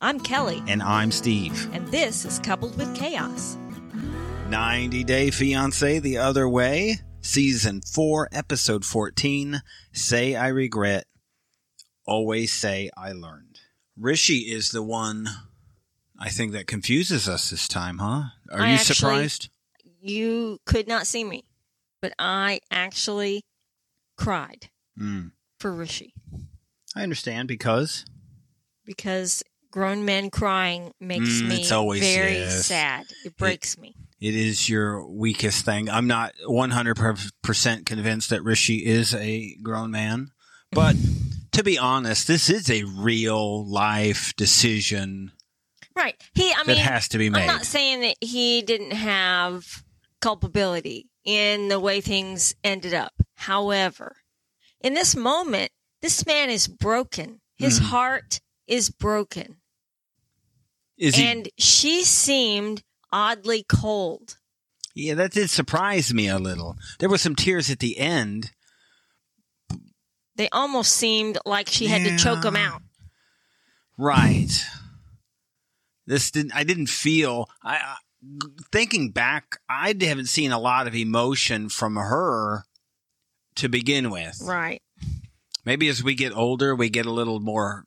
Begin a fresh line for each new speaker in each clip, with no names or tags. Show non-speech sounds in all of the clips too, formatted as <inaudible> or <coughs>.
I'm Kelly,
And I'm Steve.
and this is Coupled with Chaos.
90 Day Fiancé The Other Way, Season 4, Episode 14 Say I Regret, Always Say I Learned. Rishi is the one I think that confuses us this time, huh? Are
I
you
actually-
surprised?
You could not see me, but I actually cried
Mm.
for Rishi
I understand because
because grown men crying makes
Mm,
me
it's always-
very
yes.
sad. It breaks me.
it is your weakest thing. I'm not 100% convinced that Rishi is a grown man, but to be honest, this is a real life decision
Right. He, I
that
mean,
has to be made.
I'm not saying that he didn't have culpability in the way things ended up. However, in this moment, this man is broken. His
Mhm.
heart is broken.
is he
and she seemed oddly cold.
Yeah, that did surprise me a little. There were some tears at the end.
They almost seemed like she had to choke him
Yeah.
out.
Right. This didn't. I didn't feel. I I- thinking back, I haven't seen a lot of emotion from her to begin with.
Right.
Maybe as we get older, we get a little more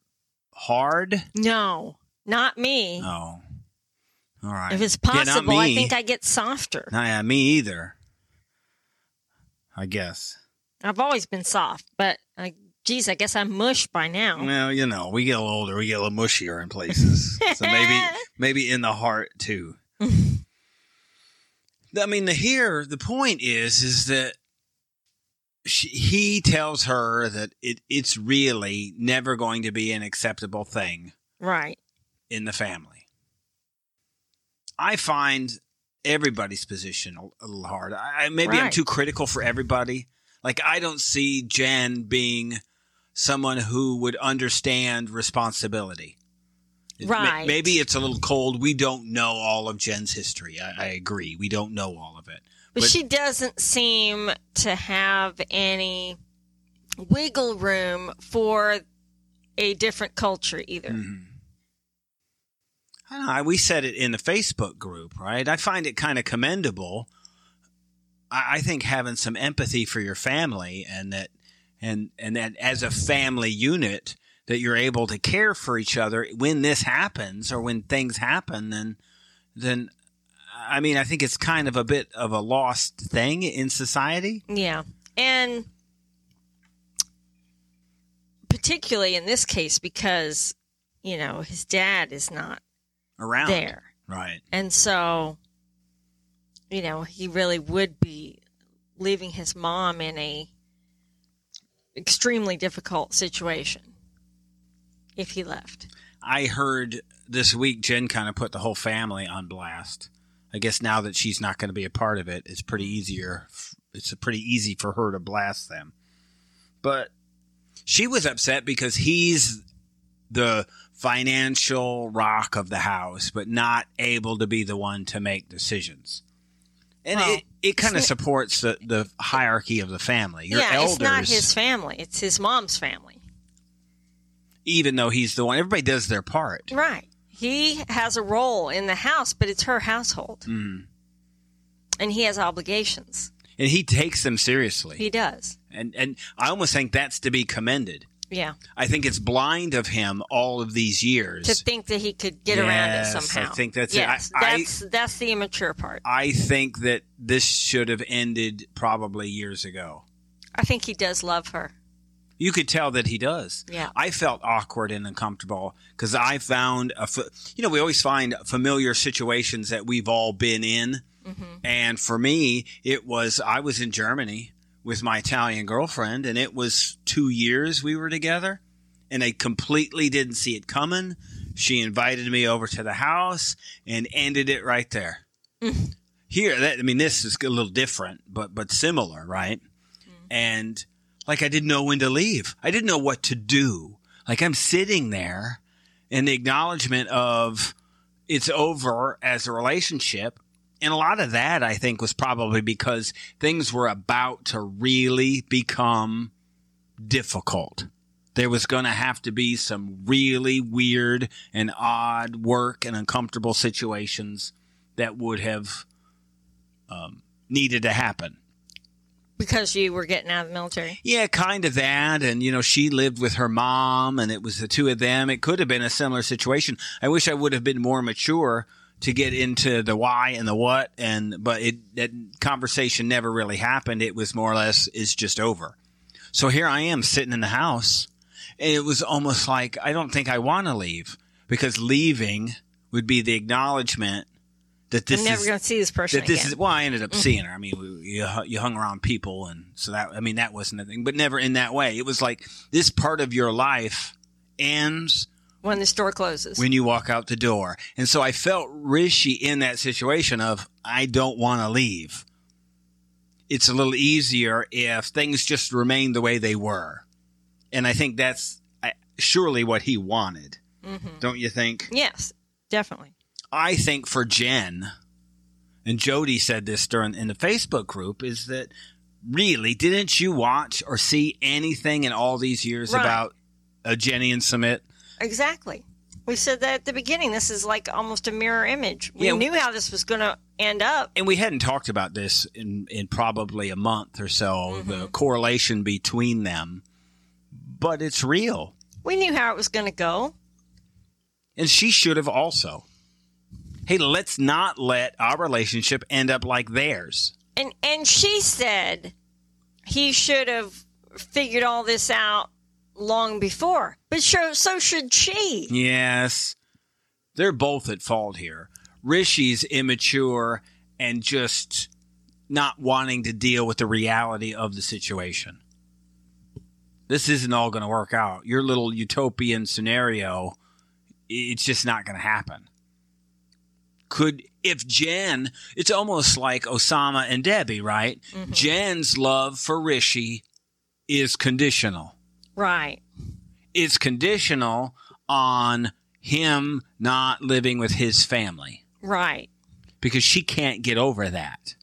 hard.
No, not me.
Oh, all right.
If it's
Yeah, not
possible, I
me.
think I get softer.
Nah, yeah, me either. I guess.
I've always been soft, but uh, geez, I guess I'm mush by now.
Well, you know, we get a little older, we get a little mushier in places. so maybe maybe in the heart too. I mean, the here the point is is that she, he tells her that it it's really never going to be an acceptable thing
Right.
in the family. I find everybody's position a, a little hard. I, I- maybe I'm
Right.
too critical for everybody. Like I don't see Jen being someone who would understand responsibility. It- ma-
Right.
maybe it's a little cold. We don't know all of Jen's history. I, I agree. We don't know all of it.
But,
But-
she doesn't seem to have any wiggle room for a different culture either.
Mhm. I don't know, I- we said it in the Facebook group, right? I find it kind of commendable. I, I think having some empathy for your family and that and and that as a family unit that you're able to care for each other when this happens or when things happen then then I mean I think it's kind of a bit of a lost thing in society.
Yeah. And particularly in this case because, you know, his dad is not
Around
there.
Right.
And so, you know, he really would be leaving his mom in a extremely difficult situation if he left.
I heard this week Jen kind of put the whole family on blast. I guess now that she's not going to be a part of it, it's pretty easier. It's pretty easy for her to blast them. But she was upset because he's the financial rock of the house, but not able to be the one to make decisions. And
Well,
it, it kind of
it's-
supports the, the hierarchy of the family. Your
yeah,
elders,
it's not his family, it's his mom's family.
even though he's the one, everybody does their part.
Right. He has a role in the house, but it's her household.
Mm.
And he has obligations.
And he takes them seriously.
He does.
And and I almost think that's to be commended.
Yeah.
I think it's blind of him all of these years.
To think that he could get around it
Yes, I
somehow.
think that's it.
yes,
I- I-
that's that's the immature part.
I think that this should have ended probably years ago.
I think he does love her.
You could tell that he does.
Yeah.
I felt awkward and uncomfortable because I found a, fa- you know, we always find familiar situations that we've all been in. And for me, it was, I was in Germany with my Italian girlfriend, and it was two years we were together, and I completely didn't see it coming. She invited me over to the house and ended it right there. Here, that, I mean, this is a little different, but, but similar, right? And like I didn't know when to leave. I didn't know what to do. Like I'm sitting there in the acknowledgement of it's over as a relationship. And a lot of that I think was probably because things were about to really become difficult. there was going to have to be some really weird and odd work and uncomfortable situations that would have um, needed to happen.
because you were getting out of the military.
Yeah, kind of that. And, you know, she lived with her mom and it was the two of them. It could have been a similar situation. I wish I would have been more mature to get into the why and the what. And, but it, that conversation never really happened. It was more or less, it's just over. So here I am sitting in the house and it was almost like, I don't think I want to leave because leaving would be the acknowledgement that this
I'm never
is
going to see this person
that this
again.
is well i ended up seeing her i mean we, you, hu- you hung around people and so that i mean that wasn't a thing but never in that way it was like this part of your life ends
when the store closes.
when you walk out the door and so i felt rishy in that situation of i don't want to leave it's a little easier if things just remain the way they were and i think that's I, surely what he wanted don't you think
yes, definitely.
I think for Jen, and Jody said this during in the Facebook group, is that really didn't you watch or see anything in all these years
Right.
about a Jenny and Summit?
Exactly. We said that at the beginning. This is like almost a mirror image. We
Yeah.
knew how this was going to end up.
And we hadn't talked about this in, in probably a month or so, the correlation between them. But it's real.
We knew how it was going to go.
And she should have also. Hey, let's not let our relationship end up like theirs.
And and she said he should have figured all this out long before. But sure, so should she.
Yes. They're both at fault here. Rishi's immature and just not wanting to deal with the reality of the situation. This isn't all going to work out. Your little utopian scenario, it's just not going to happen. Could, if Jen, it's almost like Osama and Debbie, right? Jen's love for Rishi is conditional
Right.
it's conditional on him not living with his family
Right.
because she can't get over that.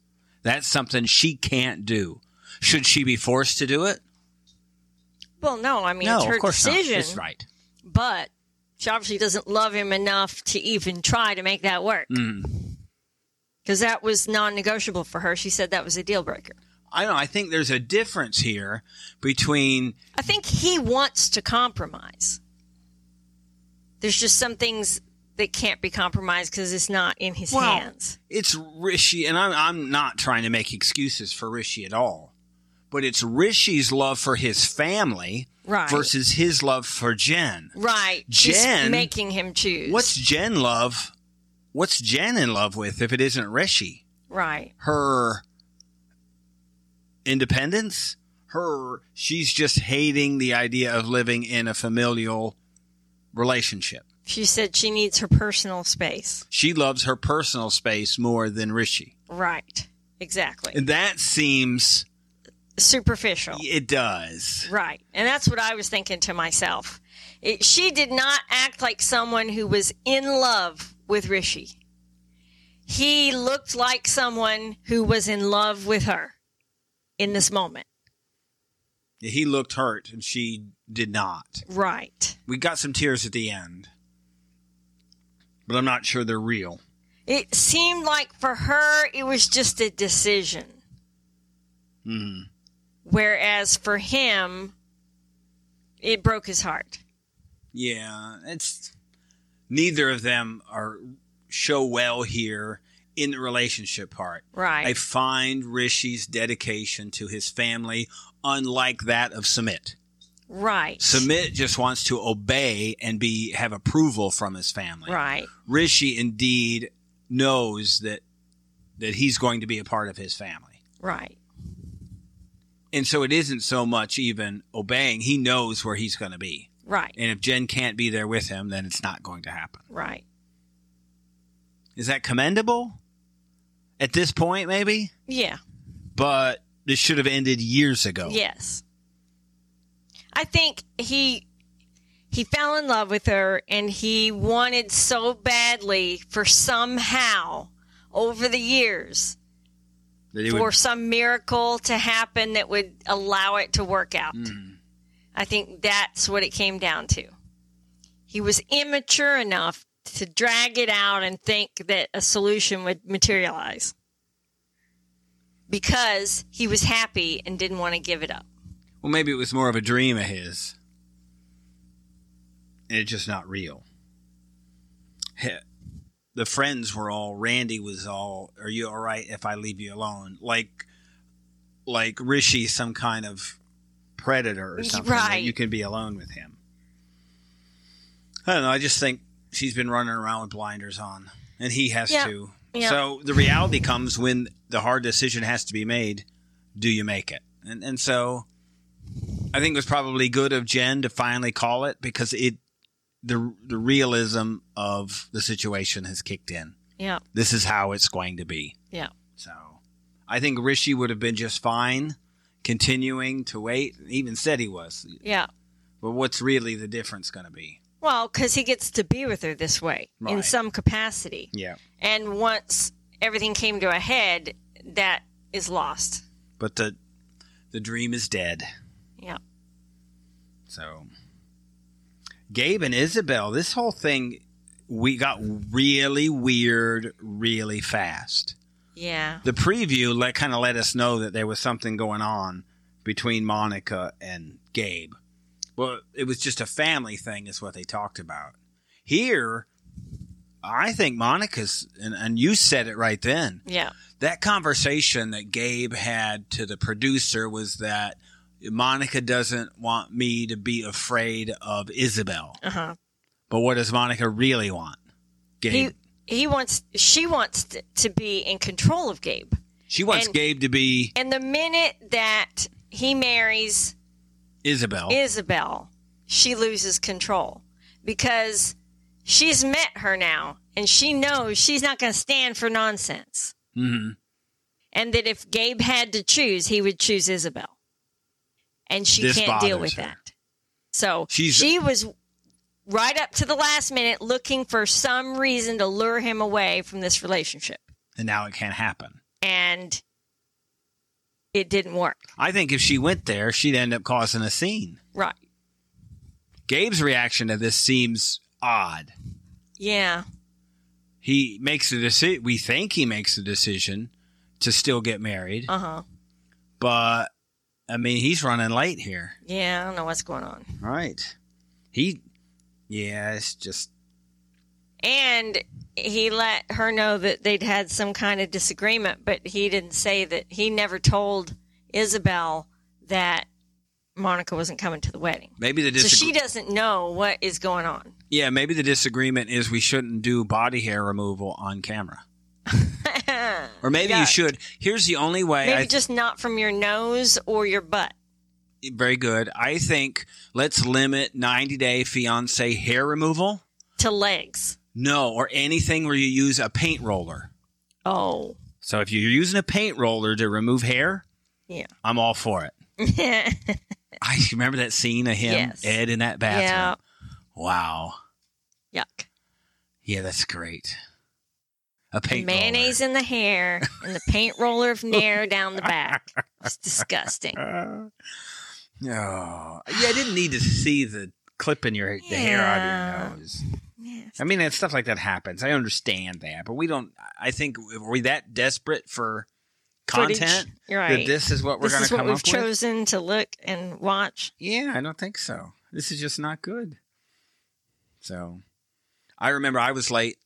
That's something she can't do. Should she be forced to do it?
Well, no, I mean
no,
it's her
of course
decision.
not. That's right.
But she obviously doesn't love him enough to even try to make that work.
Mm.
Because that was non negotiable for her. She said that was a deal breaker.
I don't know. I think there's a difference here between
I think he wants to compromise. There's just some things that can't be compromised because it's not in his
Well,
hands.
it's Rishi, and I'm, I'm not trying to make excuses for Rishi at all, but it's Rishi's love for his family
Right.
versus his love for Jen.
Right. She's
Jen-
making him choose.
What's Jen love? What's Jen in love with if it isn't Rishi?
right.
Her independence? Her, she's just hating the idea of living in a familial relationship.
She said she needs her personal space.
She loves her personal space more than Rishi.
Right. Exactly.
And that seems,
Superficial.
it does.
Right. And that's what I was thinking to myself. It, she did not act like someone who was in love with Rishi. He looked like someone who was in love with her in this moment.
He looked hurt and she did not.
Right.
We got some tears at the end, but I'm not sure they're real.
It seemed like for her, it was just a decision. Whereas for him, it broke his heart.
Yeah, it's neither of them are show well here in the relationship part.
Right.
I find Rishi's dedication to his family unlike that of Sumit.
right.
Sumit just wants to obey and be have approval from his family.
right.
Rishi indeed knows that that he's going to be a part of his family.
Right.
And so it isn't so much even obeying, he knows where he's going to be.
Right.
And if Jen can't be there with him, then it's not going to happen.
Right.
Is that commendable? At this point, maybe?
Yeah.
But this should have ended years ago.
Yes. I think he he fell in love with her and he wanted so badly for somehow over the years
That it
for
would- Mm-hmm.
some miracle to happen that would allow it to work out. I think that's what it came down to. He was immature enough to drag it out and think that a solution would materialize because he was happy and didn't want to give it up.
Well, maybe it was more of a dream of his. And it's just not real. Heh. The friends were all Randy was all, are you all right if I leave you alone? Like like Rishi some kind of predator or something. that
Right.
You can be alone with him. I don't know, I just think she's been running around with blinders on and he has
Yeah.
to.
Yeah.
So the reality comes when the hard decision has to be made, do you make it? And and so I think it was probably good of Jen to finally call it because it the the realism of the situation has kicked in.
Yeah,
This is how it's going to be.
yeah.
So I think Rishi would have been just fine continuing to wait. Even said he was.
Yeah.
But what's really the difference going to be?
Well, because he gets to be with her this way in
Right.
some capacity.
Yeah.
And once everything came to a head, that is lost.
But the the dream is dead.
Yeah.
So Gabe and Isabel, this whole thing we got really weird really fast.
Yeah.
the preview let kind of let us know that there was something going on between Monica and Gabe. Well, it was just a family thing, is what they talked about. Here, I think Monica's, and, and you said it right then.
Yeah.
That conversation that Gabe had to the producer was that Monica doesn't want me to be afraid of Isabel.
Uh huh.
But what does Monica really want? Gabe.
He he wants she wants t- to be in control of Gabe.
she wants
and-
Gabe to be
And the minute that he marries
Isabel.
Isabel, she loses control because she's met her now and she knows she's not going to stand for nonsense.
hmm
And that if Gabe had to choose, he would choose Isabel. And she
This
can't deal
bothers
with
her.
that. So
She's-
she was right up to the last minute looking for some reason to lure him away from this relationship.
And now it can't happen.
And it didn't work.
I think if she went there, she'd end up causing a scene.
Right.
Gabe's reaction to this seems odd.
Yeah.
He makes a decision. We think he makes a decision to still get married,
Uh huh.
but I mean, he's running late here.
Yeah. I don't know what's going on.
Right. He, yeah, it's just,
And he let her know that they'd had some kind of disagreement, but he didn't say that he never told Isabel that Monica wasn't coming to the wedding.
maybe the
So she
disagreement.
doesn't know what is going on.
yeah, maybe the disagreement is we shouldn't do body hair removal
<laughs>
on camera. Or maybe you
Yuck.
should. Here's the only way
Maybe
I
just not from your nose or your butt.
very good. I think let's limit 90 day fiance hair removal.
To legs.
No, or anything where you use a paint roller.
Oh. <laughs>
So if you're using a paint roller to remove hair,
Yeah.
I'm all for it. I remember that scene of him,
Yes.
Ed, in that bathroom.
yeah.
Wow.
Yuck.
Yeah, that's great. A paint
Mayonnaise in the hair and the paint roller of
<laughs>
Nair down the back. It's disgusting.
roller. Uh, oh. Yeah, I didn't need to see the clipping your the hair out of
Yeah.
your nose.
Yeah.
I mean, and stuff like that happens. I understand that, but we don't. I think are we that desperate for
Footage.
content
You're
that
right.
this is what we're
this
going
is
to
what
come
we've
up with?
chosen to look and watch.
Yeah, I don't think so. This is just not good. So, I remember I was late.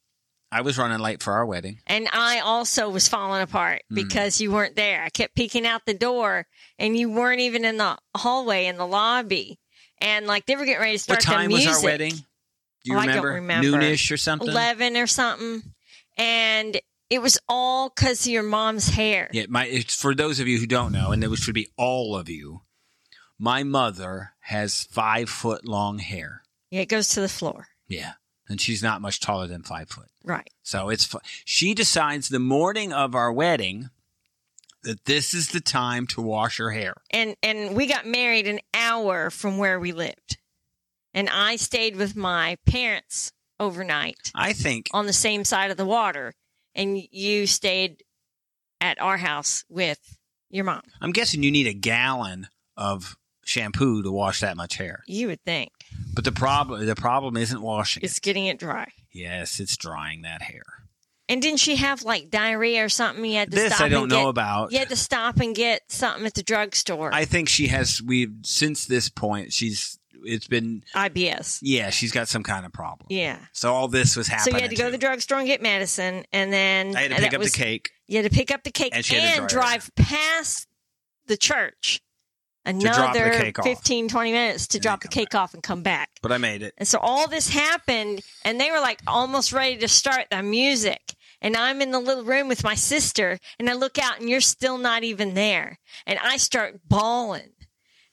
I was running late for our wedding.
And I also was falling apart
Mm.
because you weren't there. I kept peeking out the door and you weren't even in the hallway in the lobby. And like they were getting ready to start
what time
the
was
music.
our wedding? Do you
Oh, I don't
remember?
remember.
Noonish or something?
11 or something. And it was all because of your mom's hair.
Yeah, my it's for those of you who don't know, and it should be all of you. My mother has five foot long hair.
Yeah, it goes to the floor.
Yeah, and she's not much taller than five foot.
Right.
So it's fu- she decides the morning of our wedding that this is the time to wash her hair.
And and we got married an hour from where we lived. And I stayed with my parents overnight.
I think
on the same side of the water and you stayed at our house with your mom.
I'm guessing you need a gallon of shampoo to wash that much hair.
You would think
But the problem the problem isn't washing. it.
it's getting it dry.
yes, it's drying that hair.
And didn't she have like diarrhea or something? You had to
This
stop
I don't
and
know
get,
about.
You had to stop and get something at the drugstore.
I think she has we've since this point she's it's been
IBS.
yeah, she's got some kind of problem.
Yeah.
So all this was
So
happening.
you had to go to the drugstore and get medicine, and then
I had to
and
pick
that
up
was-
the cake.
You had to pick up the cake
And
and,
she had to dry it.
drive past the church
drop the
another
cake off.
15, 20 minutes to
And
drop the
then come
cake off and come back.
But I made it.
And so all this happened, and they were like almost ready to start the music. And I'm in the little room with my sister, and I look out, and you're still not even there. And I start bawling.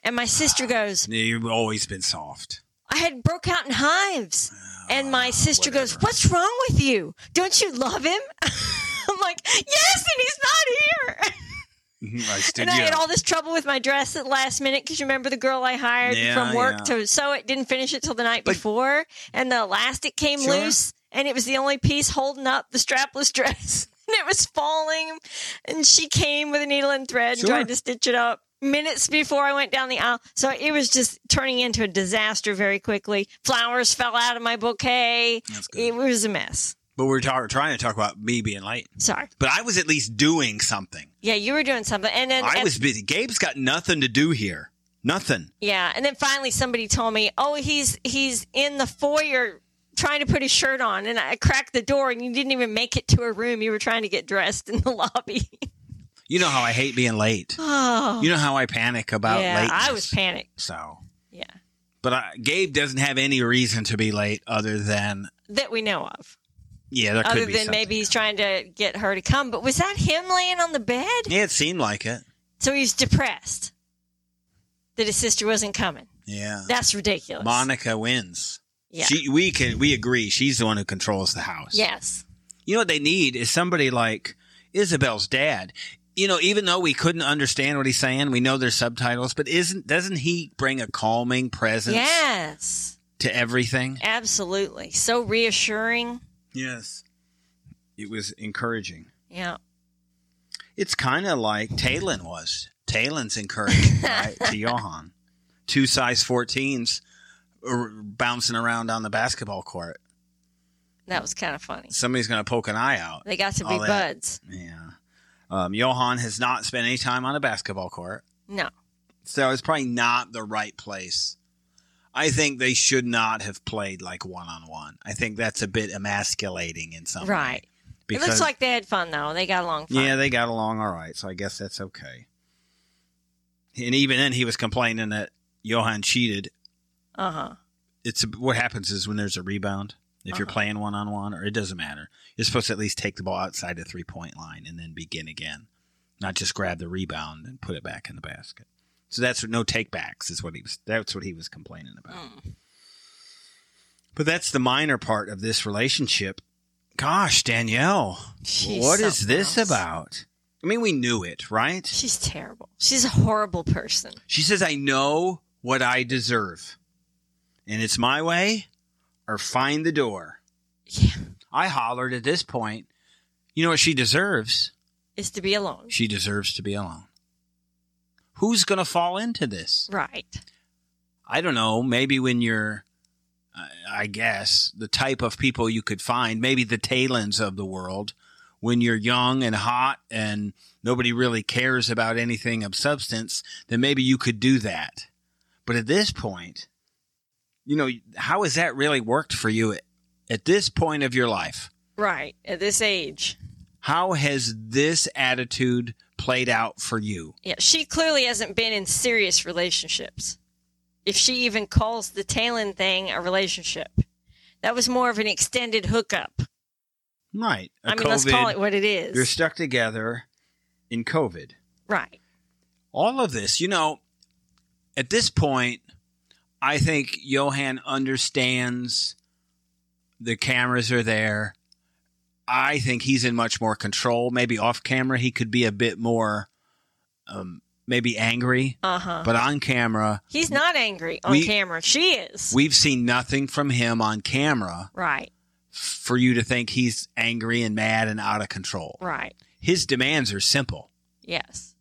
And my sister goes,
You've always been soft.
I had broke out in hives. And my sister goes,
Ah, whatever.
What's wrong with you? Don't you love him? <laughs> I'm like, Yes, and he's not here. <laughs>
Mm-hmm. I stood
And I
you
had
up.
all this trouble with my dress at last minute because you remember the girl I hired
Yeah,
from work
yeah.
to sew it didn't finish it till the night
But-
before, and the elastic came
Sure.
loose, and it was the only piece holding up the strapless <laughs> dress, and it was falling. And she came with a needle and thread
Sure.
and tried to stitch it up minutes before I went down the aisle. So it was just turning into a disaster very quickly. Flowers fell out of my bouquet.
That's good.
It was a mess.
But we're tar- trying to talk about me being late.
Sorry.
But I was at least doing something.
Yeah, you were doing something, and then
I
at
was busy. Gabe's got nothing to do here. Nothing.
Yeah, and then finally somebody told me, "Oh, he's he's in the foyer trying to put his shirt on." And I cracked the door and you didn't even make it to a room. You were trying to get dressed in the <laughs> lobby.
You know how I hate
<sighs>
being late.
Oh.
You know how I panic about
yeah,
lateness.
I was panicked.
so.
Yeah.
But I, Gabe doesn't have any reason to be late other than
That we know of.
yeah, there
Other
could be
than
something.
maybe he's trying to get her to come, but was that him laying on the bed?
Yeah, it seemed like it.
So he was depressed that his sister wasn't coming.
Yeah.
That's ridiculous.
Monica wins.
yeah.
She we can we agree she's the one who controls the house.
yes.
You know what they need is somebody like Isabel's dad. You know, even though we couldn't understand what he's saying, we know there's subtitles, but isn't doesn't he bring a calming presence
Yes.
to everything?
Absolutely. So reassuring.
Yes. It was encouraging.
Yeah.
It's kind of like Talon was. Talon's encouraging right, to Johan. Two size 14s r- bouncing around on the basketball court.
That was kind of funny.
Somebody's going to poke an eye out.
They got to be
All that.
buds.
Yeah. Um, Johan has not spent any time on a basketball court,
No.
so it's probably not the right place. I think they should not have played like one on one. I think that's a bit emasculating in some way.
Right. It looks like they had fun though. They got along fine.
Yeah, they got along all right, so I guess that's okay. And even then, he was complaining that Johan cheated.
Uh huh.
It's what happens is when there's a rebound, if you're
Uh-huh.
playing one on one, or it doesn't matter, you're supposed to at least take the ball outside the three point line and then begin again, not just grab the rebound and put it back in the basket. So that's what no takebacks is what he was. That's what he was complaining about.
Mm.
But that's the minor part of this relationship. Gosh, Danielle,
She's
what is
something
this
else.
about? I mean, we knew it, right?
She's terrible. She's a horrible person.
She says, I know what I deserve. And it's my way or find the door.
Yeah.
I hollered at this point, you know what she deserves?
Is to be alone.
She deserves to be alone. Who's going to fall into this?
Right.
I don't know. Maybe when you're, I- I guess, the type of people you could find, maybe the tailends of the world, when you're young and hot and nobody really cares about anything of substance, then maybe you could do that. But at this point, you know, how has that really worked for you at, at this point of your life?
Right. At this age.
How has this attitude played out for you?
Yeah. She clearly hasn't been in serious relationships. If she even calls the Talon thing a relationship. That was more of an extended hookup.
Right.
I
I
mean, let's call it what it is.
You're stuck together in COVID.
right.
all of this, you know, at this point, I think Johan understands the cameras are there. I think he's in much more control. Maybe off camera, he could be a bit more, um, maybe angry.
Uh huh.
But on camera,
He's not angry on
We-
camera. She is.
we've seen nothing from him on camera
right.
for you to think he's angry and mad and out of control.
Right.
His demands are simple
Yes.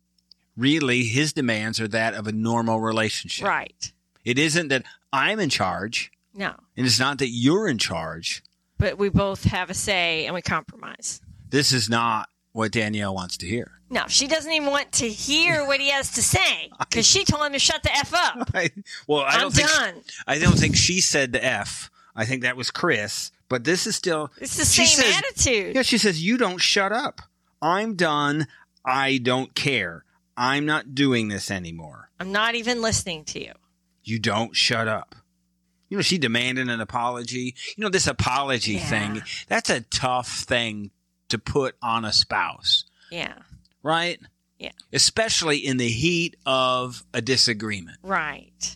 really his demands are that of a normal relationship.
Right.
It isn't that I'm in charge,
No.
and it's not that you're in charge.
But we both have a say and we compromise.
This is not what Danielle wants to hear. <laughs>
No, she doesn't even want to hear what he has to say because she told him to shut the F up.
I, well, I
I'm
don't think
done.
I don't think she said the F. I think that was Chris. But this is still
It's the
she
same
says-
attitude.
Yeah, she says you don't shut up. I'm done. I don't care. I'm not doing this anymore.
I'm not even listening to you.
You don't shut up. You know, she demanded an apology. You know, this apology
Yeah.
thing, that's a tough thing to put on a spouse,
Yeah.
right?
Yeah.
Especially in the heat of a disagreement.
Right.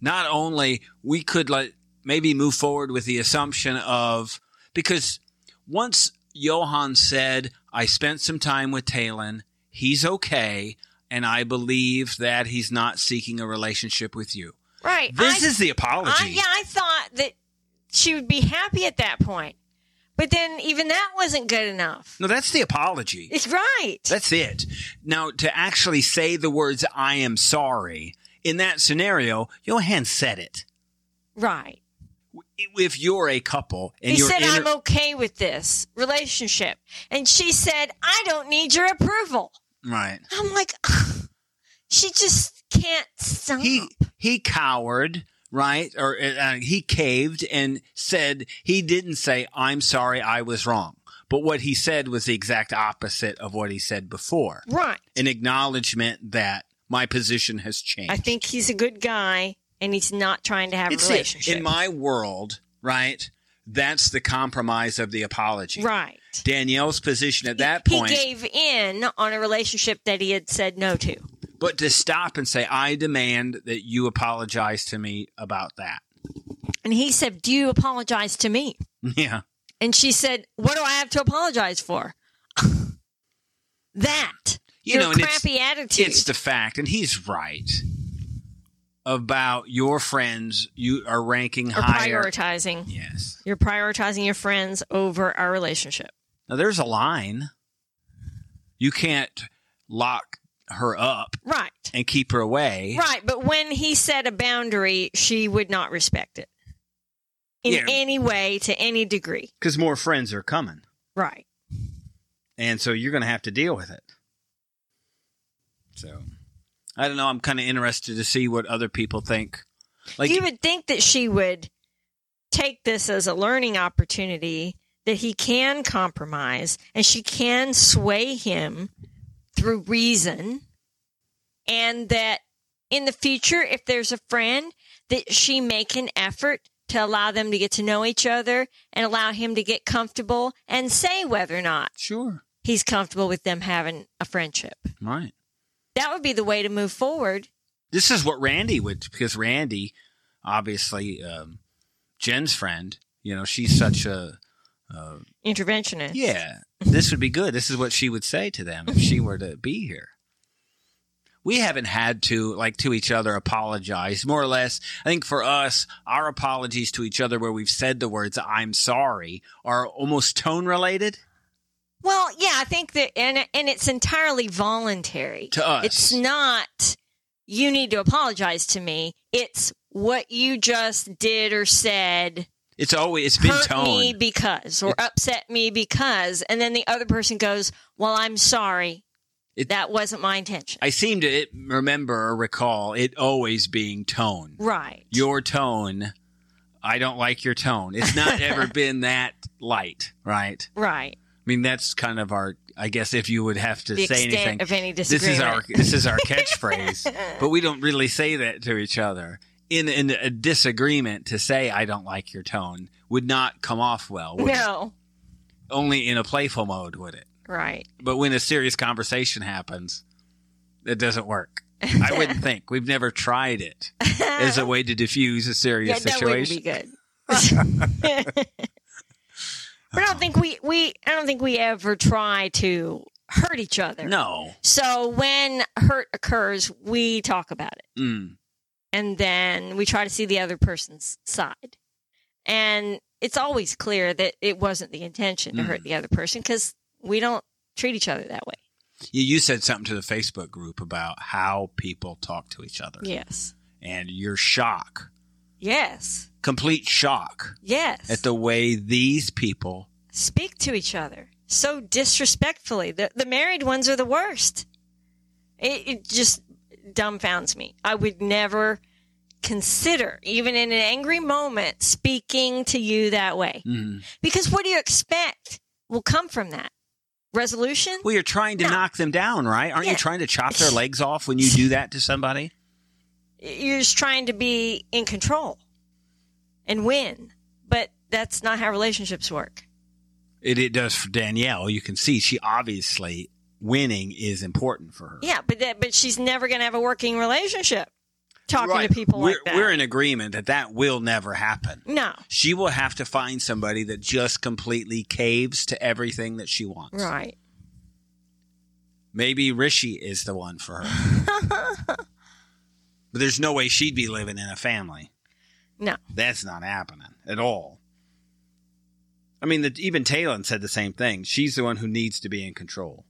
not only we could like maybe move forward with the assumption of because once Johan said, I spent some time with Talon, he's okay, and I believe that he's not seeking a relationship with you.
Right.
This
I-
is the apology.
I, yeah, I thought that she would be happy at that point. But then even that wasn't good enough.
No, that's the apology.
It's right.
That's it. Now, to actually say the words, I am sorry, in that scenario, Johan said it.
right.
If you're a couple and
he
you're
said,
in
I'm okay with this relationship. And she said, I don't need your approval.
right.
I'm like, <sighs> she just can't stop.
he he cowered right or uh, he caved and said he didn't say i'm sorry i was wrong but what he said was the exact opposite of what he said before
right.
an acknowledgement that my position has changed
I think he's a good guy and he's not trying to have
It's
a
it.
relationship.
in my world right that's the compromise of the apology
right.
danielle's position at that point
He gave in on a relationship that he had said no to.
but to stop and say i demand that you apologize to me about that <laughs>
And he said, Do you apologize to me?
yeah
And she said, What do I have to apologize for? <sighs> that.
You
Your
know, and it's-
crappy attitude.
It's the fact, and he's right about your friends. You are ranking
or
higher.
prioritizing.
Yes.
You're prioritizing your friends over our relationship.
Now there's a line. You can't lock her up
Right.
and keep her away.
Right. But when he set a boundary, she would not respect it in
Yeah.
any way, to any degree.
Because more friends are coming,
Right.
and so you're going to have to deal with it. So, I don't know. I'm kind of interested to see what other people think. Like,
you would think that she would take this as a learning opportunity that he can compromise and she can sway him through reason and that in the future if there's a friend that she make an effort to allow them to get to know each other and allow him to get comfortable and say whether or not
sure,
he's comfortable with them having a friendship
right.
that would be the way to move forward
this is what Randy would because Randy, obviously, um, Jen's friend. You know, she's such a
interventionist
yeah. This would be good. This is what she would say to them if she were to be here. We haven't had to like to each other apologize more or less. I think for us, our apologies to each other where we've said the words "I'm sorry" are almost tone related
Well, yeah, I think that, and and it's entirely voluntary.
to us.
It's not you need to apologize to me. It's what you just did or said
It's always it's been
hurt
tone.
me because or upset me because, and then the other person goes, "Well, I'm sorry.
It-
that wasn't my intention."
I seem to it, remember or recall it always being tone.
right.
your tone i don't like your tone it's
<laughs>
not ever been that light right
right.
i mean that's kind of our i guess if you would have to
The
say
extent
anything
of any
this is our
disagreement.
this
<laughs>
is our catchphrase but we don't really say that to each other in in a disagreement to say i don't like your tone would not come off well would it?
no.
only in a playful mode would it
Right.
but when a serious conversation happens it
<laughs>
doesn't work i wouldn't think we've never tried it
<laughs>
as a way to diffuse a serious
yeah, that
situation
wouldn't be good. <laughs> but I don't think we, we I don't think we ever try to hurt each other.
No.
So when hurt occurs, we talk about it
Mm.
and then we try to see the other person's side. And it's always clear that it wasn't the intention to hurt the other person because we don't treat each other that way.
You, you said something to the Facebook group about how people talk to each other
Yes.
and your shock,
Yes.
complete shock
Yes.
at the way these people.
Speak to each other so disrespectfully. The, the married ones are the worst. It, it just dumbfounds me. I would never consider, even in an angry moment, speaking to you that way.
Mhm.
Because what do you expect will come from that? Resolution?
Well, you're trying to
No.
knock them down, right? Aren't
Yeah.
you trying to chop their legs off when you do that to somebody?
you're just trying to be in control and win. But that's not how relationships work.
It, it does for Danielle. You can see she obviously winning is important for her.
Yeah, but that, but she's never going to have a working relationship talking to people
we're,
like that.
We're in agreement that that will never happen.
no,
She will have to find somebody that just completely caves to everything that she wants.
right?
Maybe Rishi is the one
<laughs>
for her. but there's no way she'd be living in a family.
No,
That's not happening at all. I mean, the, even Talon said the same thing. She's the one who needs to be in control.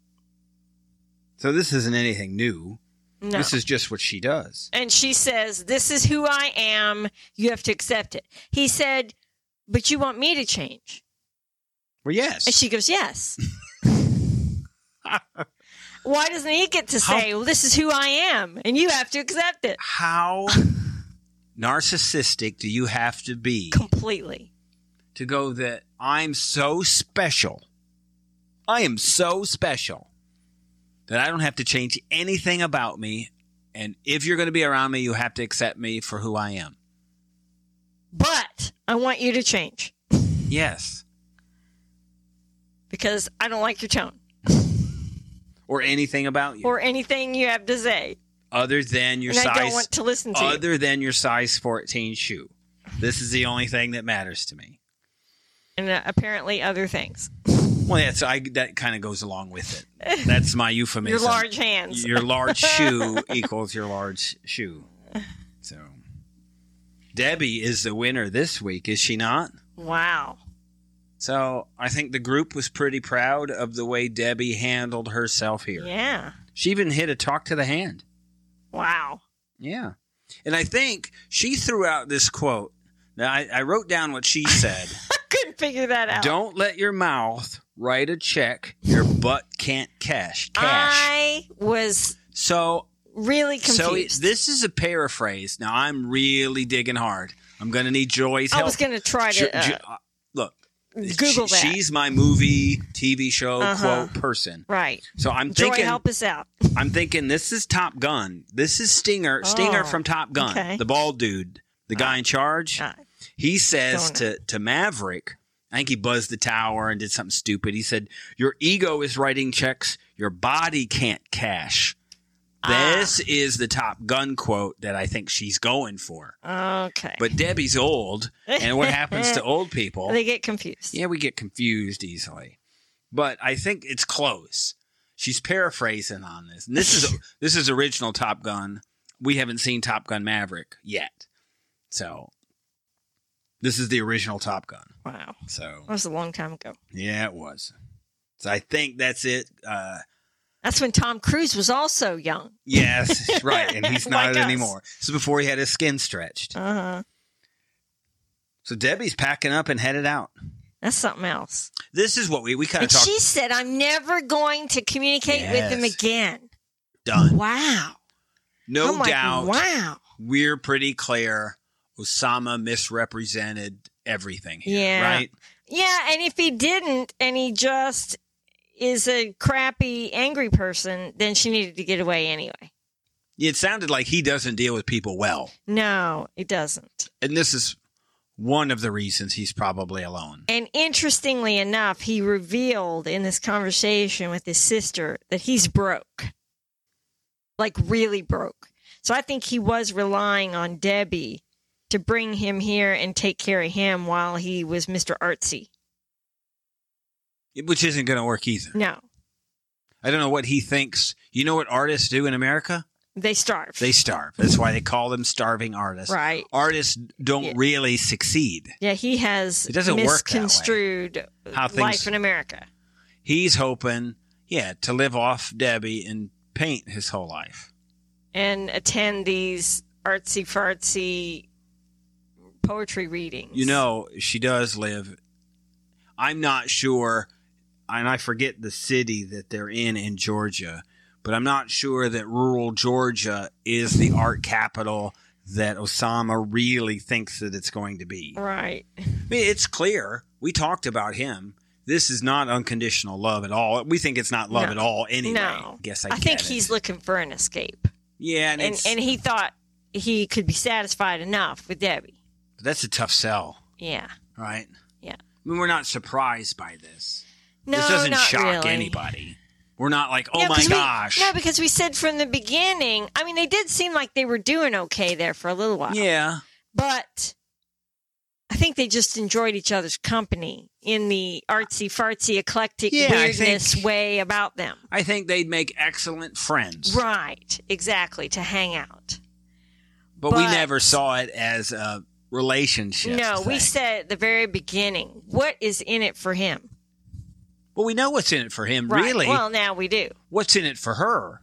So this isn't anything new.
no.
This is just what she does.
and she says, "This is who I am. You have to accept it." He said, "But you want me to change?"
Well,
And
yes.
she goes,
<laughs>
"Yes." Why doesn't he get to
How-
say, "Well, this is who I am, and you have to accept it"? <laughs>
How narcissistic do you have to be
Completely.
to go that I'm so special. I am so special that I don't have to change anything about me. And if you're going to be around me, you have to accept me for who I am.
But I want you to change.
Yes.
because I don't like your tone
Or anything about you
or anything you have to say.
other than your
and I don't
size,
want to listen to you.
other than your size 14 shoe. This is the only thing that matters to me.
And uh, apparently other things.
Well, that's I that kind of goes along with
<laughs>
it. That's my
Your
euphemism.
large hands.
<laughs>
<laughs>
your large shoe equals your large shoe. So Debbie is the winner this week, is she not?
Wow.
So I think the group was pretty proud of the way Debbie handled herself here.
Yeah.
She even hit a talk to the hand.
Wow.
Yeah. And I think she threw out this quote. Now I, I wrote down
<laughs>
what she said.
Couldn't figure that out.
Don't let your mouth write a check your butt can't cash. Cash.
I was
so
really
So it-
confused.
this is a paraphrase. Now I'm really digging hard. I'm going to need Joy's
I
help.
was going to try
Jo-
to uh,
Jo- uh, look.
Google
she-
that.
She's my movie, TV show
Uh-huh.
quote person.
right.
So I'm
Joy,
thinking.
help us out.
I'm thinking this is Top Gun. This is Stinger. Stinger
Oh,
from Top Gun.
okay.
The bald dude, the guy in charge.
Uh,
He says
Don't know.
to, to Maverick, I think he buzzed the tower and did something stupid. He said, Your ego is writing checks, your body can't cash.
Ah.
This is the Top Gun quote that I think she's going for.
Uh, okay.
But Debbie's old, and what happens
<laughs>
to old people?
they get confused.
Yeah, we get confused easily. But I think it's close. She's paraphrasing on this. And
<laughs>
this is this is original Top Gun. We haven't seen Top Gun Maverick yet. So this is the original Top Gun.
Wow.
So
That was a long time ago.
yeah, it was. So I think that's it. Uh
That's when Tom Cruise was also young. <laughs>
yes, right. And he's not
Like us.
anymore. This is before he had his skin stretched.
Uh huh.
So Debbie's packing up and headed out.
That's something else.
This is what we we kind of
And
talked
she said, I'm never going to communicate with him
Yes.
again.
done.
Wow.
No
I'm like,
doubt.
wow.
we're pretty clear Osama misrepresented everything here,
Yeah.
right?
Yeah. And if he didn't and he just is a crappy, angry person, then she needed to get away anyway.
It sounded like he doesn't deal with people well.
No, it doesn't.
And this is one of the reasons he's probably alone.
And interestingly enough, he revealed in this conversation with his sister that he's broke. Like, really broke. So I think he was relying on Debbie to bring him here and take care of him while he was Mr. Artsy.
Which isn't going to work either.
No,
I don't know what he thinks. You know what artists do in America?
they starve.
They starve. That's why they call them starving artists.
right.
Artists don't
Yeah.
really succeed.
Yeah, he has
It doesn't work that way.
misconstrued
How things-
life in America.
He's hoping, yeah, to live off Debbie and paint his whole life.
and attend these artsy fartsy poetry readings.
You know, she does live. I'm not sure, and I forget the city that they're in in Georgia, but I'm not sure that rural Georgia is the art capital that Osama really thinks that it's going to be.
Right.
I mean, it's clear. We talked about him. This is not unconditional love at all. We think it's not love
No.
at all anyway.
No.
Guess I,
I, think
get it.
he's looking for an escape.
yeah, and,
And
it's-
and he thought he could be satisfied enough with Debbie.
that's a tough sell,
Yeah.
right?
Yeah.
I mean, we're not surprised by this.
No,
this doesn't
not
shock
really.
anybody. We're not like, oh
No,
my
'cause we-
gosh.
no, because we said from the beginning, I mean, they did seem like they were doing okay there for a little while.
yeah,
But I think they just enjoyed each other's company in the artsy fartsy eclectic
Yeah, I
weirdness
think-
way about them.
I think they'd make excellent friends,
Right, exactly, to hang out.
but, we
but-
never saw it as a relationship.
no, we
thing.
said at the very beginning, what is in it for him?
Well, we know what's in it for him,
Right.
really.
Well, now we do.
what's in it for her?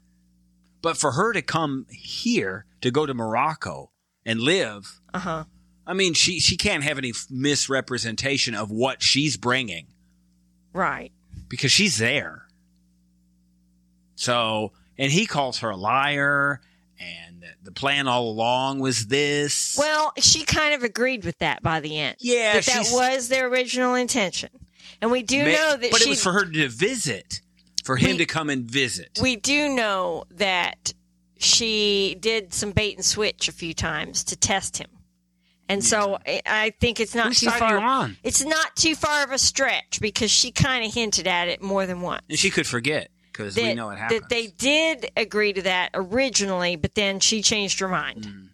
But for her to come here to go to Morocco and live,
Uh huh.
I mean, she she can't have any f- misrepresentation of what she's bringing
Right.
because she's there. So, and he calls her a liar, and that the plan all along was this.
Well, she kind of agreed with that by the end.
Yeah,
that, that
she's-
was their original intention, and we do
Ma-
know that
but
she.
it was for her to visit, for him
We-
to come and visit.
we do know that she did some bait and switch a few times to test him, and so I, I think it's not
Whose
too
side
far.
are you on?
It's not too far of a stretch because she kind of hinted at it more than once.
and she could forget because
that,
we know it
that
happened.
they did agree to that originally, but then she changed her mind.
Mm.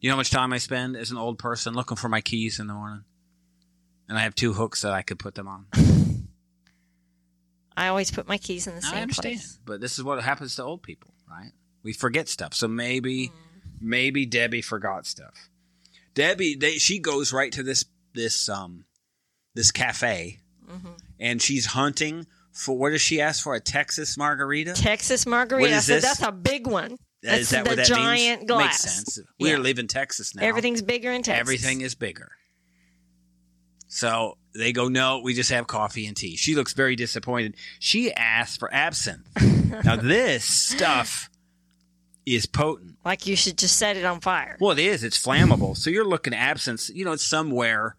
You know how much time I spend as an old person looking for my keys in the morning? And I have two hooks that I could put them on.
I always put my keys in the same
I understand.
place.
But this is what happens to old people, right? We forget stuff. So maybe maybe Debbie forgot stuff. Debbie they she goes right to this this um this cafe
Mm-hmm.
and she's hunting for what does she ask for? A Texas margarita?
Texas margarita.
What is
I said,
this?
that's a big one. That's
is that
the
what that
giant
means?
glass.
Makes sense. We
Yeah.
are leaving Texas now.
Everything's bigger in Texas.
Everything is bigger. So they go, no, we just have coffee and tea. She looks very disappointed. She asks for absinthe. now, this stuff is potent.
like you should just set it on fire.
Well, it is. It's flammable. So you're looking at absinthe, you know, it's somewhere.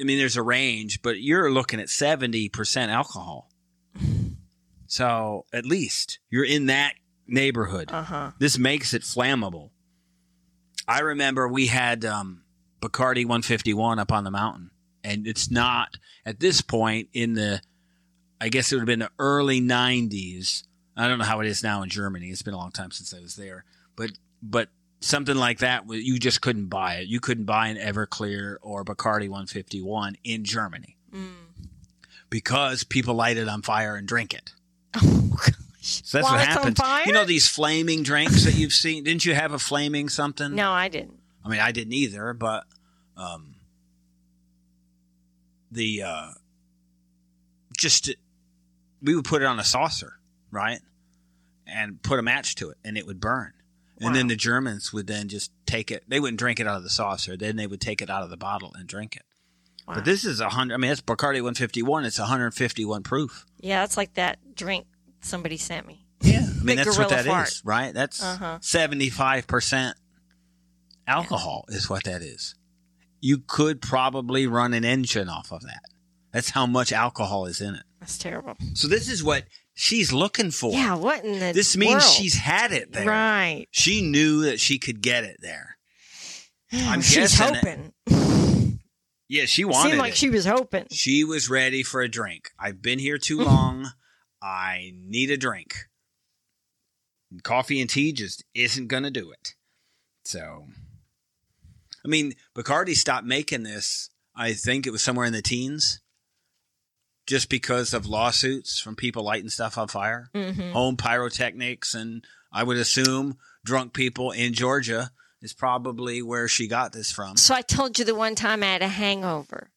I mean, there's a range, but you're looking at 70% alcohol. So at least you're in that neighborhood.
Uh huh.
This makes it flammable. I remember we had um, Bacardi 151 up on the mountain, and it's not at this point in the, I guess it would have been the early 90s. I don't know how it is now in Germany. It's been a long time since I was there, but but something like that, wa- you just couldn't buy it. You couldn't buy an Everclear or Bacardi 151 in Germany because people light it on fire and drink it.
Oh gosh.
So that's
While
what
it's
happens.
on fire.
You know these flaming drinks that you've seen? Didn't you have a flaming something?
<laughs> no, I didn't.
I mean, I didn't either, but um, the uh, just we would put it on a saucer, right, and put a match to it, and it would burn. And then
Wow.
the Germans would then just take it. They wouldn't drink it out of the saucer. Then they would take it out of the bottle and drink it.
Wow.
But this is a hundred. I mean, that's Bacardi 151. It's 151 proof.
yeah, that's like that drink somebody sent me.
Yeah, I
The
mean that's what
gorilla
that
fart.
is, right? That's
Uh-huh.
75 percent alcohol is what that is. You could probably run an engine off of that. That's how much alcohol is in it.
That's terrible.
So this is what she's looking for.
Yeah, what in the
this means
world?
she's had it there.
right.
She knew that she could get it there. I'm
she's
guessing it-
hoping.
Yeah, she wanted
Seemed like
it.
she was hoping.
She was ready for a drink. I've been
<laughs>
here too long. I need a drink. Coffee and tea just isn't going to do it. So, I mean, Bacardi stopped making this, I think it was somewhere in the teens, just because of lawsuits from people lighting stuff on fire,
Mm-hmm.
home pyrotechnics, and I would assume drunk people in Georgia is probably where she got this from.
So I told you the one time I had a hangover.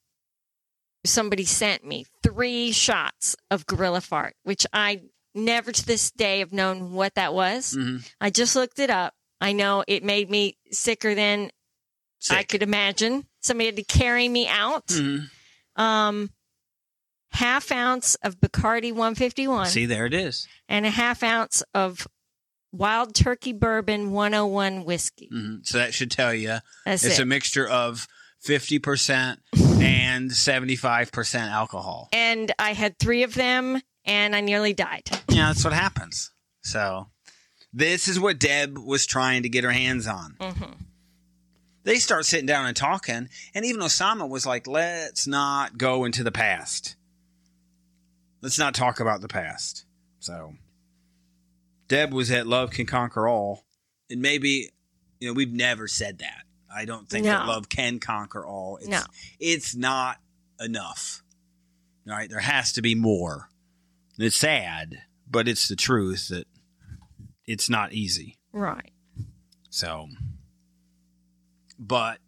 somebody sent me three shots of Gorilla Fart, which I never to this day have known what that was.
Mhm.
I just looked it up. I know it made me sicker than I
Sick.
could imagine. Somebody had to carry me out.
Mhm.
Um, half ounce of Bacardi 151
See, there it is.
and a half ounce of Wild Turkey Bourbon 101 whiskey.
Mhm. So that should tell you
That's
it's
it.
a mixture of
<laughs>
50% and 75% alcohol.
and I had three of them, and I nearly died.
Yeah, that's what happens. So, this is what Deb was trying to get her hands on. They start sitting down and talking, and even Osama was like, let's not go into the past. Let's not talk about the past. So, Deb was at Love Can Conquer All, and maybe, you know, we've never said that. I don't think that
No.
love can conquer all. It's,
No.
it's not enough. All right, there has to be more. And It's sad, but it's the truth that it's not easy.
Right.
So, but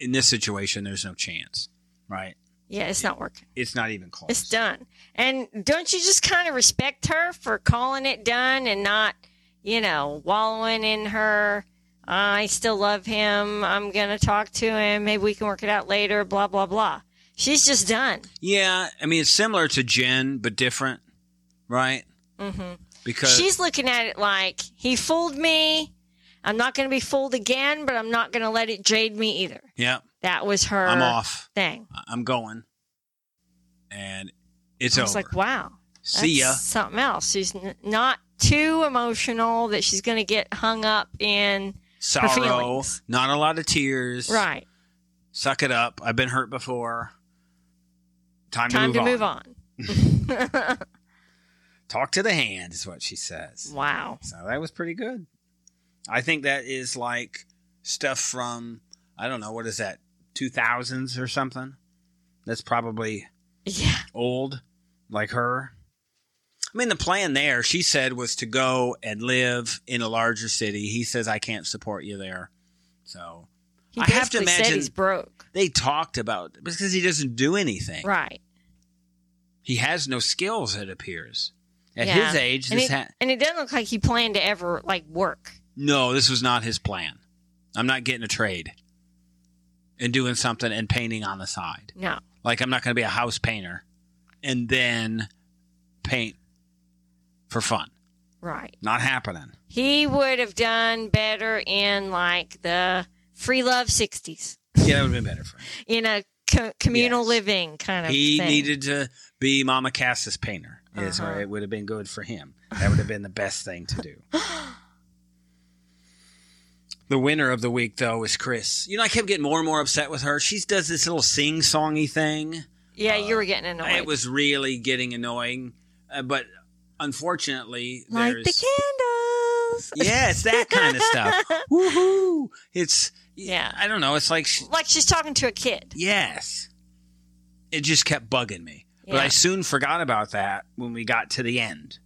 in this situation, there's no chance, right?
Yeah, it's not working.
It's not even close.
It's done. And don't you just kind of respect her for calling it done and not, you know, wallowing in her, I still love him. I'm going to talk to him. Maybe we can work it out later, blah, blah, blah. She's just done.
yeah, I mean, it's similar to Jen, but different, right? Mm-hmm. Because
She's looking at it like, he fooled me. I'm not going to be fooled again, but I'm not going to let it jade me either.
yeah,
That was her
I'm off.
thing.
I- I'm going, and it's
I
over.
was like, wow.
See ya.
that's Something else. She's n- not too emotional that she's going to get hung up in.
Sorrow.
feelings.
Not a lot of tears.
Right.
Suck it up. I've been hurt before. Time,
Time
to, move, on.
on.
Talk to the hand is what she says.
Wow.
So that was pretty good. I think that is like stuff from I don't know what is that two thousands or something. That's probably
Yeah.
old, like her. I mean, the plan there she said was to go and live in a larger city. He says I can't support you there, so
He
I have to
basically said
imagine-
he's broke.
they talked about because he doesn't do anything.
Right.
He has no skills. It appears at
yeah.
his age.
and
This
it,
ha-
and it doesn't look like he planned to ever like work.
No, this was not his plan. I'm not getting a trade and doing something and painting on the side.
No.
Like, I'm not going to be a house painter and then paint for fun.
Right.
Not happening.
He would have done better in like the free love '60s
Yeah, that would have been better for him.
in a co- communal
Yes.
living kind of.
He
thing.
needed to be Mama Cass's painter, is
Uh-huh.
where it would have been good for him. That would have been the best thing to do. The winner of the week, though, is Chris. You know, I kept getting more and more upset with her. She does this little sing songy thing.
Yeah, you were getting annoyed.
uh, It was really getting annoying, uh, but unfortunately,
like
there's
the candles.
yeah, it's that kind
<laughs>
of stuff. Woohoo! It's
Yeah.
I don't know. It's like sh-
<laughs> like she's talking to a kid.
yes, it just kept bugging me, but I
Yeah.
soon forgot about that when we got to the end.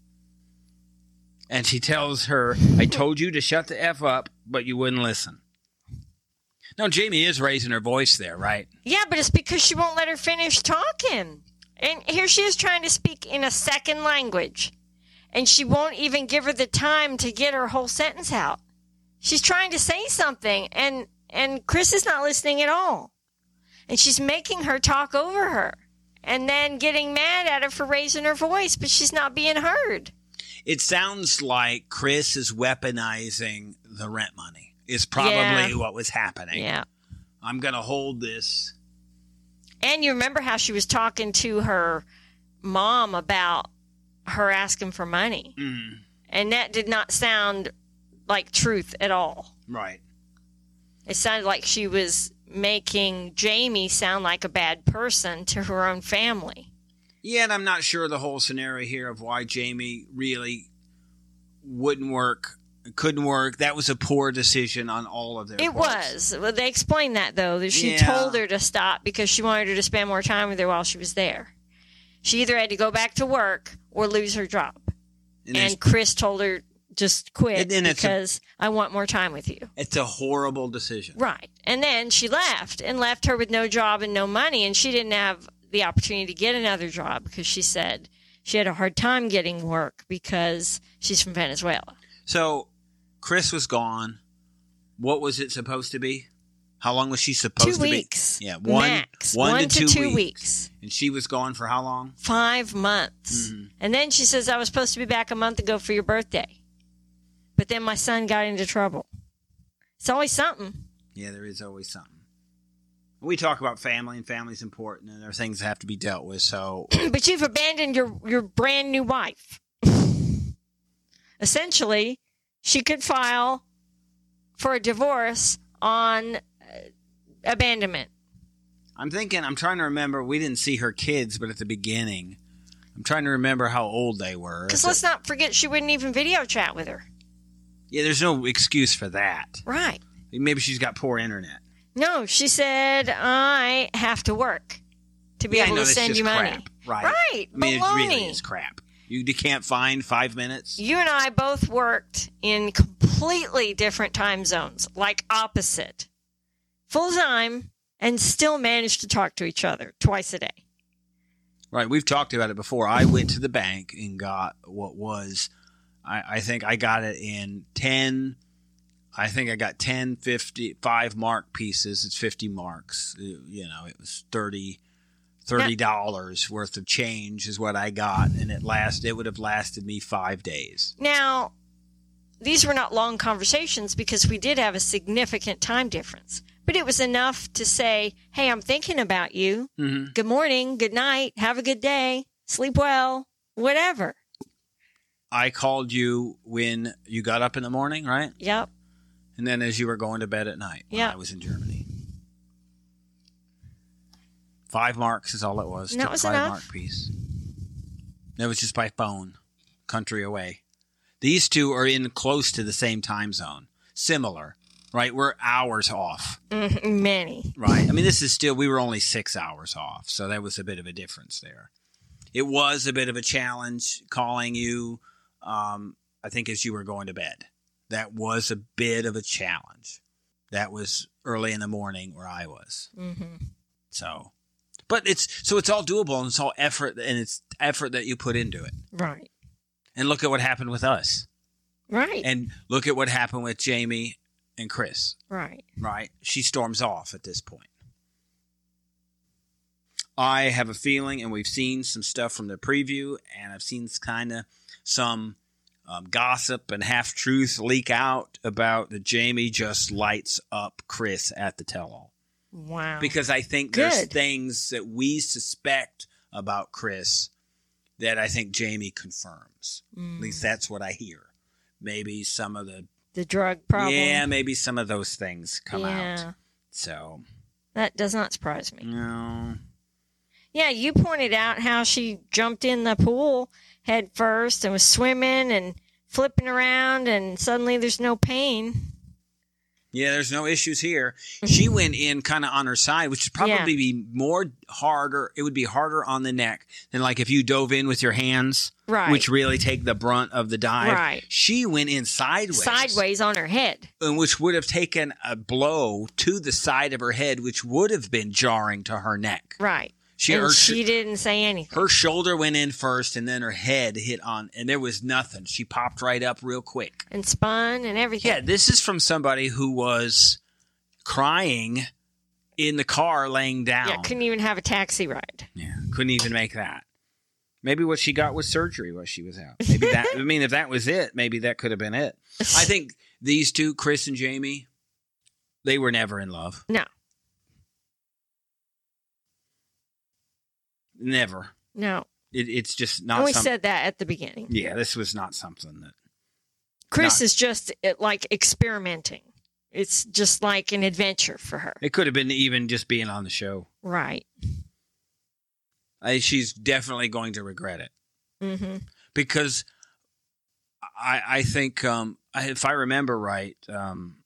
And she tells her, "I told you to shut the f up, but you wouldn't listen." Now Jamie is raising her voice there, right?
Yeah, but it's because she won't let her finish talking. And here she is trying to speak in a second language. And she won't even give her the time to get her whole sentence out. She's trying to say something and and Chris is not listening at all. And she's making her talk over her. And then getting mad at her for raising her voice, but she's not being heard.
It sounds like Chris is weaponizing the rent money. Is probably
Yeah.
what was happening.
Yeah.
I'm going to hold this.
And you remember how she was talking to her mom about her asking for money.
Mm,
And that did not sound like truth at all.
right.
It sounded like she was making Jamie sound like a bad person to her own family.
Yeah, and I'm not sure the whole scenario here of why Jamie really wouldn't work, couldn't work. That was a poor decision on all of their
It
parts.
was. Well, they explained that, though, that she
Yeah.
told her to stop because she wanted her to spend more time with her while she was there. She either had to go back to work or lose her job.
And,
And,
it's-
Chris told her, just quit
And- and it's a-
because I want more time with you.
it's a horrible decision.
Right. And then she left and left her with no job and no money, and she didn't have the opportunity to get another job because she said she had a hard time getting work because she's from Venezuela.
So Chris was gone. What was it supposed to be? How long was she
Two
supposed to
weeks.
be? Yeah, one,
max.
one,
to, two weeks.
And she was gone for how long?
Five months.
Mm-hmm.
And then she says, I was supposed to be back a month ago for your birthday. But then my son got into trouble. It's always something.
Yeah, there is always something. We talk about family, and family's important, and there are things that have to be dealt with. So, <coughs>
but you've abandoned your your brand new wife. Essentially, she could file for a divorce on uh, abandonment.
I'm thinking, I'm trying to remember. We didn't see her kids, but at the beginning, I'm trying to remember how old they were.
Because let's not forget, she wouldn't even video chat with her.
yeah, there's no excuse for that.
Right.
Maybe she's got poor internet.
No, she said, I have to work to be
Yeah, I
able
know
to
that's
send
just
you
crap,
money.
right?
Right.
I mean, it really
baloney.
is crap. You d- can't find five minutes.
you and I both worked in completely different time zones, like opposite, full time, and still managed to talk to each other twice a day.
Right. We've talked about it before. I went to the bank and got what was, I, I think I got it in 10, I think I got 10, 50, five mark pieces. It's 50 marks. It- you know, it was 30. Thirty dollars worth of change is what I got, and it last it would have lasted me five days.
Now, these were not long conversations because we did have a significant time difference, but it was enough to say, Hey, I'm thinking about you.
Mm-hmm.
Good morning, good night, have a good day, sleep well, whatever.
I called you when you got up in the morning, right?
Yep.
And then as you were going to bed at night when
Yeah.
I was in Germany. Five marks is all it was.
And that
Took
was
five
enough?
mark piece. That was just by phone, country away. These two are in close to the same time zone. Similar, right? We're hours off,
Mhm, Many.
right? I mean, this is still, we were only six hours off. So that was a bit of a difference there. It was a bit of a challenge calling you, um, I think, as you were going to bed. That was a bit of a challenge. That was early in the morning where I was.
hmm
So, but it's so it's all doable and it's all effort and it's effort that you put into it.
Right.
And look at what happened with us.
Right.
And look at what happened with Jamie and Chris,
right.
right? She storms off at this point. I have a feeling, and we've seen some stuff from the preview, and I've seen kind of some um, gossip and half truth leak out about that Jamie just lights up Chris at the tell all.
Wow.
because I think there's
Good.
things that we suspect about Chris that I think Jamie confirms.
Mm.
At least that's what I hear. Maybe some of the
the drug problem.
yeah, maybe some of those things come out. So
That does not surprise me.
no,
Yeah, you pointed out how she jumped in the pool head first and was swimming and flipping around, and suddenly there's no pain.
yeah, there's no issues here. She went in kind of on her side, which would probably
Mm-hmm. Yeah.
be more harder. It would be harder on the neck than like if you dove in with your hands,
Right.
which really take the brunt of the dive.
Right.
She went in
Sideways on her head.
and which would have taken a blow to the side of her head, which would have been jarring to her neck.
Right.
She,
and
her,
she didn't say anything.
her shoulder went in first, and then her head hit on, and there was nothing. She popped right up real quick.
And spun and everything.
Yeah, this is from somebody who was crying in the car, laying down.
Yeah, couldn't even have a taxi ride.
Yeah, couldn't even make that. Maybe what she got was surgery while she was out. Maybe that. I mean, if that was it, maybe that could have been it. I think these two, Chris and Jamie, they were never in love.
No,
Never.
<laughs> no.
It, it's just
And
not
we
something.
said that at the beginning.
Yeah, this was not something that.
Chris
Not-
is just uh, like experimenting. It's just like an adventure for her.
It could have been even just being on the show.
Right.
I, she's definitely going to regret it
Mm-hmm. <laughs>
because I, I think, um, I, if I remember right, um,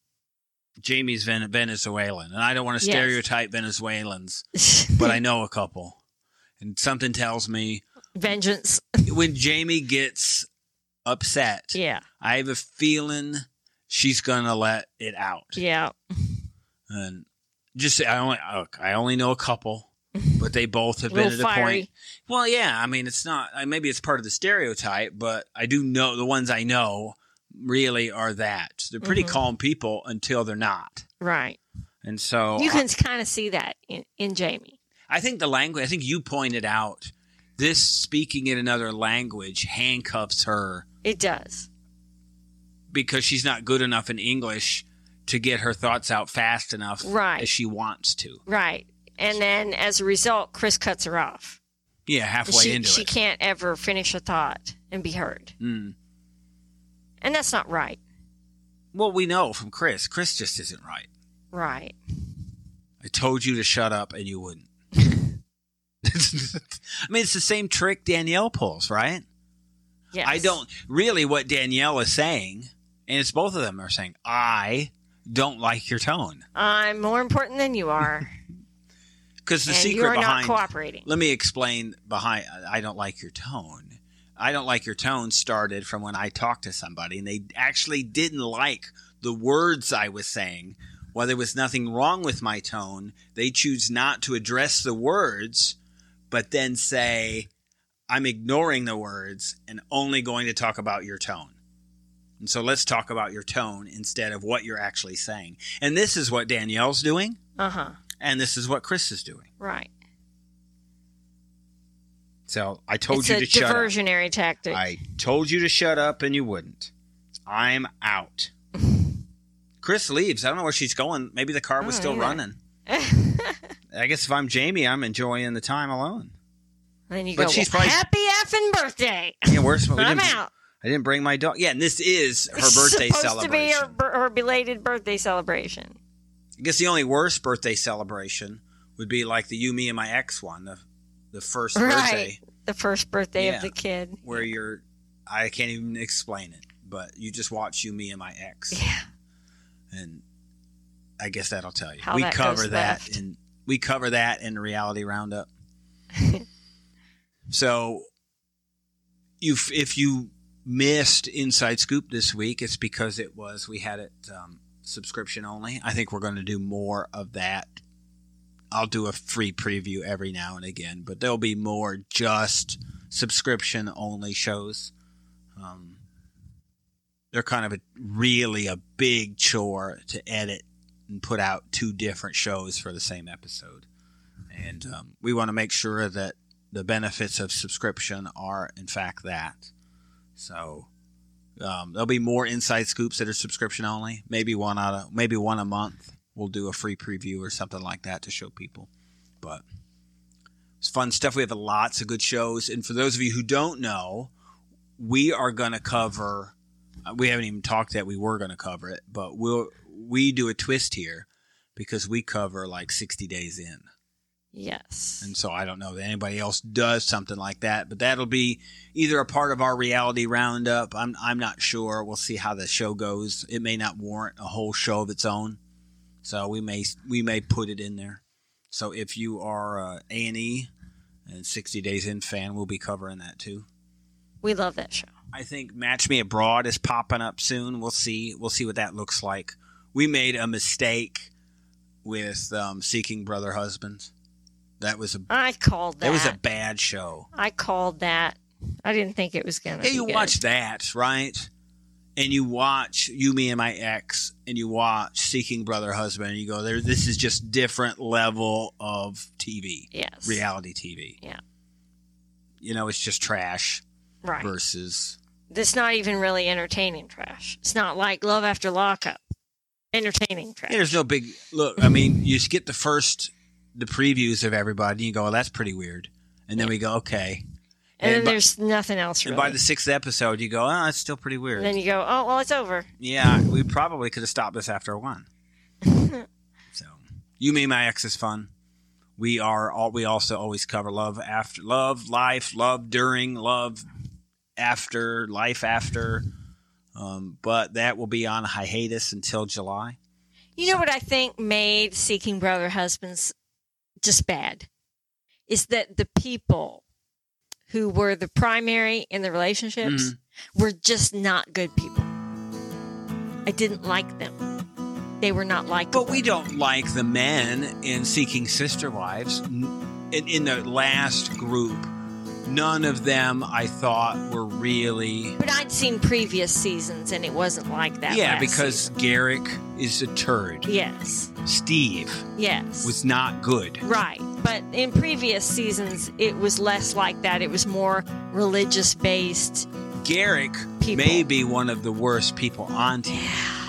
Jamie's Ven- Venezuelan, and I don't want to
Yes. Hmm.
stereotype Venezuelans, but I know a couple. And something tells me
Vengeance.
when Jamie gets upset,
Yeah.
I have a feeling she's going to let it out.
Yeah. <laughs>
and just I only look, I only know a couple, but they both have been
Little
at a
fiery.
point. Well, yeah, I mean, it's not. I- Maybe it's part of the stereotype, but I do know the ones I know really are that they're
Mm-hmm.
pretty calm people until they're not,
Right.
and so
You
Oh, I-
can kind of see that in, in Jamie.
I think the language. I think you pointed out this speaking in another language handcuffs her
It does.
because she's not good enough in English to get her thoughts out fast enough
Right.
as she wants to.
Right. And then as a result, Chris cuts her off.
Yeah, halfway
she
into
she
it.
can't ever finish a thought and be heard.
Mm.
And that's not right.
Well, we know from Chris. Chris just isn't right.
Right.
I told you to shut up and
<laughs>
you wouldn't. I mean, it's the same trick Danielle pulls, right?
Yes.
I don't really what Danielle is saying, and it's both of them are saying, I don't like your tone.
I'm more important than you
<laughs>
are.
Because the
and
secret
you are
behind
not cooperating.
Let me explain behind I don't like your tone. I don't like your tone started from when I talked to somebody and they actually didn't like the words I was saying. While there was nothing wrong with my tone, they choose not to address the words, but then say, I'm ignoring the words and only going to talk about your tone. And so let's talk about your tone instead of what you're actually saying. And this is what Danielle's doing,
Uh huh.
and this is what Chris is doing.
Right.
So I told
it's
you
a
to shut up.
diversionary tactic.
I told you to shut up and you wouldn't. I'm
<laughs>
out. Chris leaves. I don't know where she's going. Maybe the car was
Oh,
still
yeah.
running. I guess if I'm Jamie, I'm enjoying the time alone.
<laughs> then you
But
go,
she's
"Well,
probably-
happy effing birthday.
Yeah, worse. we
I'm
didn't-
out.
I didn't bring my dog. Yeah, and this is her birthday
Supposed
celebration.
to be her, her belated birthday celebration.
I guess the only worst birthday celebration would be like the you, me, and my ex one, the the first
Right.
birthday
The first birthday
Yeah.
of the kid.
where you're. I can't even explain it, but you just watch you, me, and my ex.
Yeah.
and I guess that'll tell you.
How
we
that
cover
goes
that
left.
in we cover that in the
<laughs>
reality roundup. so you if you missed inside scoop this week, it's because it was we had it um, subscription only. I think we're going to do more of that. I'll do a free preview every now and again, but there'll be more just subscription only shows. Um, they're kind of a really a big chore to edit and put out two different shows for the same episode. And um, we want to make sure that the benefits of subscription are, in fact, that. So um, there'll be more inside scoops that are subscription only. Maybe one out of maybe one a month. We'll do a free preview or something like that to show people. But it's fun stuff. We have lots of good shows. And for those of you who don't know, we are going to cover uh, we haven't even talked that we were going to cover it, but we'll we do a twist here because we cover like 60 days in.
Yes.
And so I don't know that anybody else does something like that, but that'll be either a part of our reality roundup. I'm I'm not sure. We'll see how the show goes. It may not warrant a whole show of its own. So we may we may put it in there. So if you are uh, a A&E and 60 Days In fan, we'll be covering that too.
we love that show.
I think Match Me Abroad is popping up soon. We'll see. We'll see what that looks like. We made a mistake with um, Seeking Brother Husbands. That was a that,
I called that.
was a bad show.
I called that. I didn't think it was gonna.
Yeah,
be
you
good.
watch that, right? And you watch You, Me, and My Ex, and you watch Seeking Brother Husband, and you go, "There, this is just different level of TV,
Yes.
reality TV."
Yeah.
You know, it's just trash
Right.
versus
That's not even really entertaining trash. It's not like Love After Lockup. Entertaining trash.
Yeah, there's no big look. I mean, you get the first the previews of everybody, and you go, "Oh, that's pretty weird," and then we go, "Okay."
and then
by,
there's nothing else really.
and by the sixth episode, you go, "Oh, that's still pretty weird."
And then you go, oh well, it's over.
yeah, we probably could have stopped this after
<laughs>
one. so, you, me, my ex is fun. We are all. We also always cover love after love, life, love during love, after life after. Um, but that will be on hiatus until July.
You know what I think made Seeking Brother Husbands just bad is that the people who were the primary in the relationships
Mm-hmm.
were just not good people. I didn't like them. They were not likable.
But we don't like the men in Seeking Sister Wives. N- in, in the last group, none of them I thought were really.
But I'd seen previous seasons and it wasn't like that.
yeah,
last
because
season.
Garrick is a turd.
Yes.
Steve
Yes.
was not good.
Right. But in previous seasons, it was less like that. It was more religious based.
Garrick
People.
may be one of the worst people on TV.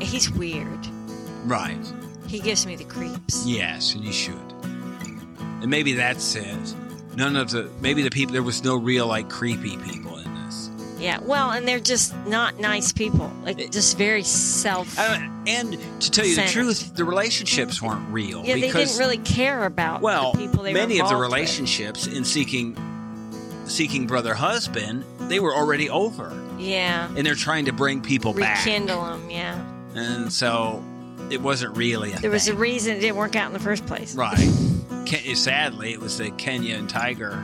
He's weird.
Right.
He gives me the creeps.
Yes, and you should. And maybe that's it. None of the maybe the people there was no real like creepy people in this.
Yeah. Well, and they're just not nice people. Like, just very self.
I don't- and to tell you
Centered.
the truth, the relationships weren't real
Yeah, they didn't
because
really care about
well,
the people they were
many of the
involved with.
relationships in seeking seeking brother husband, they were already over,
Yeah.
and they're trying to bring people
Rekindle them. Yeah.
back, and so it wasn't really a
There was a
thing.
reason it didn't work out in the first place.
right. Ken- Sadly, it was the Kenya and Tiger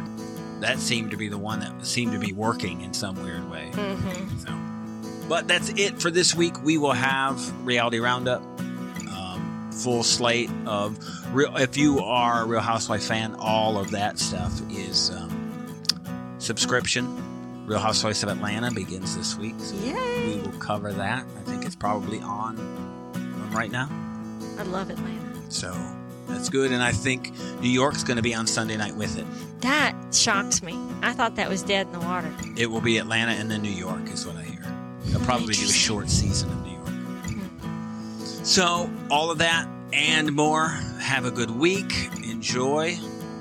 that seemed to be the one that seemed to be working in some weird way.
Mm-hmm.
So, but that's it for this week. We will have reality roundup, um, full slate of real. If you are a Real Housewife fan, all of that stuff is um, subscription. Real Housewives of Atlanta begins this week, so
Yay.
we will cover that. I think it's probably on on right now, Mm.
I love Atlanta.
so that's good. And I think New York's going to be on Sunday night with it.
That shocks me. I thought that was dead in the water.
It will be Atlanta and then New York, is what I hear. They'll
Hmm,
probably do a
interesting.
short season of New York. So, all of that and more. Have a good week. Enjoy.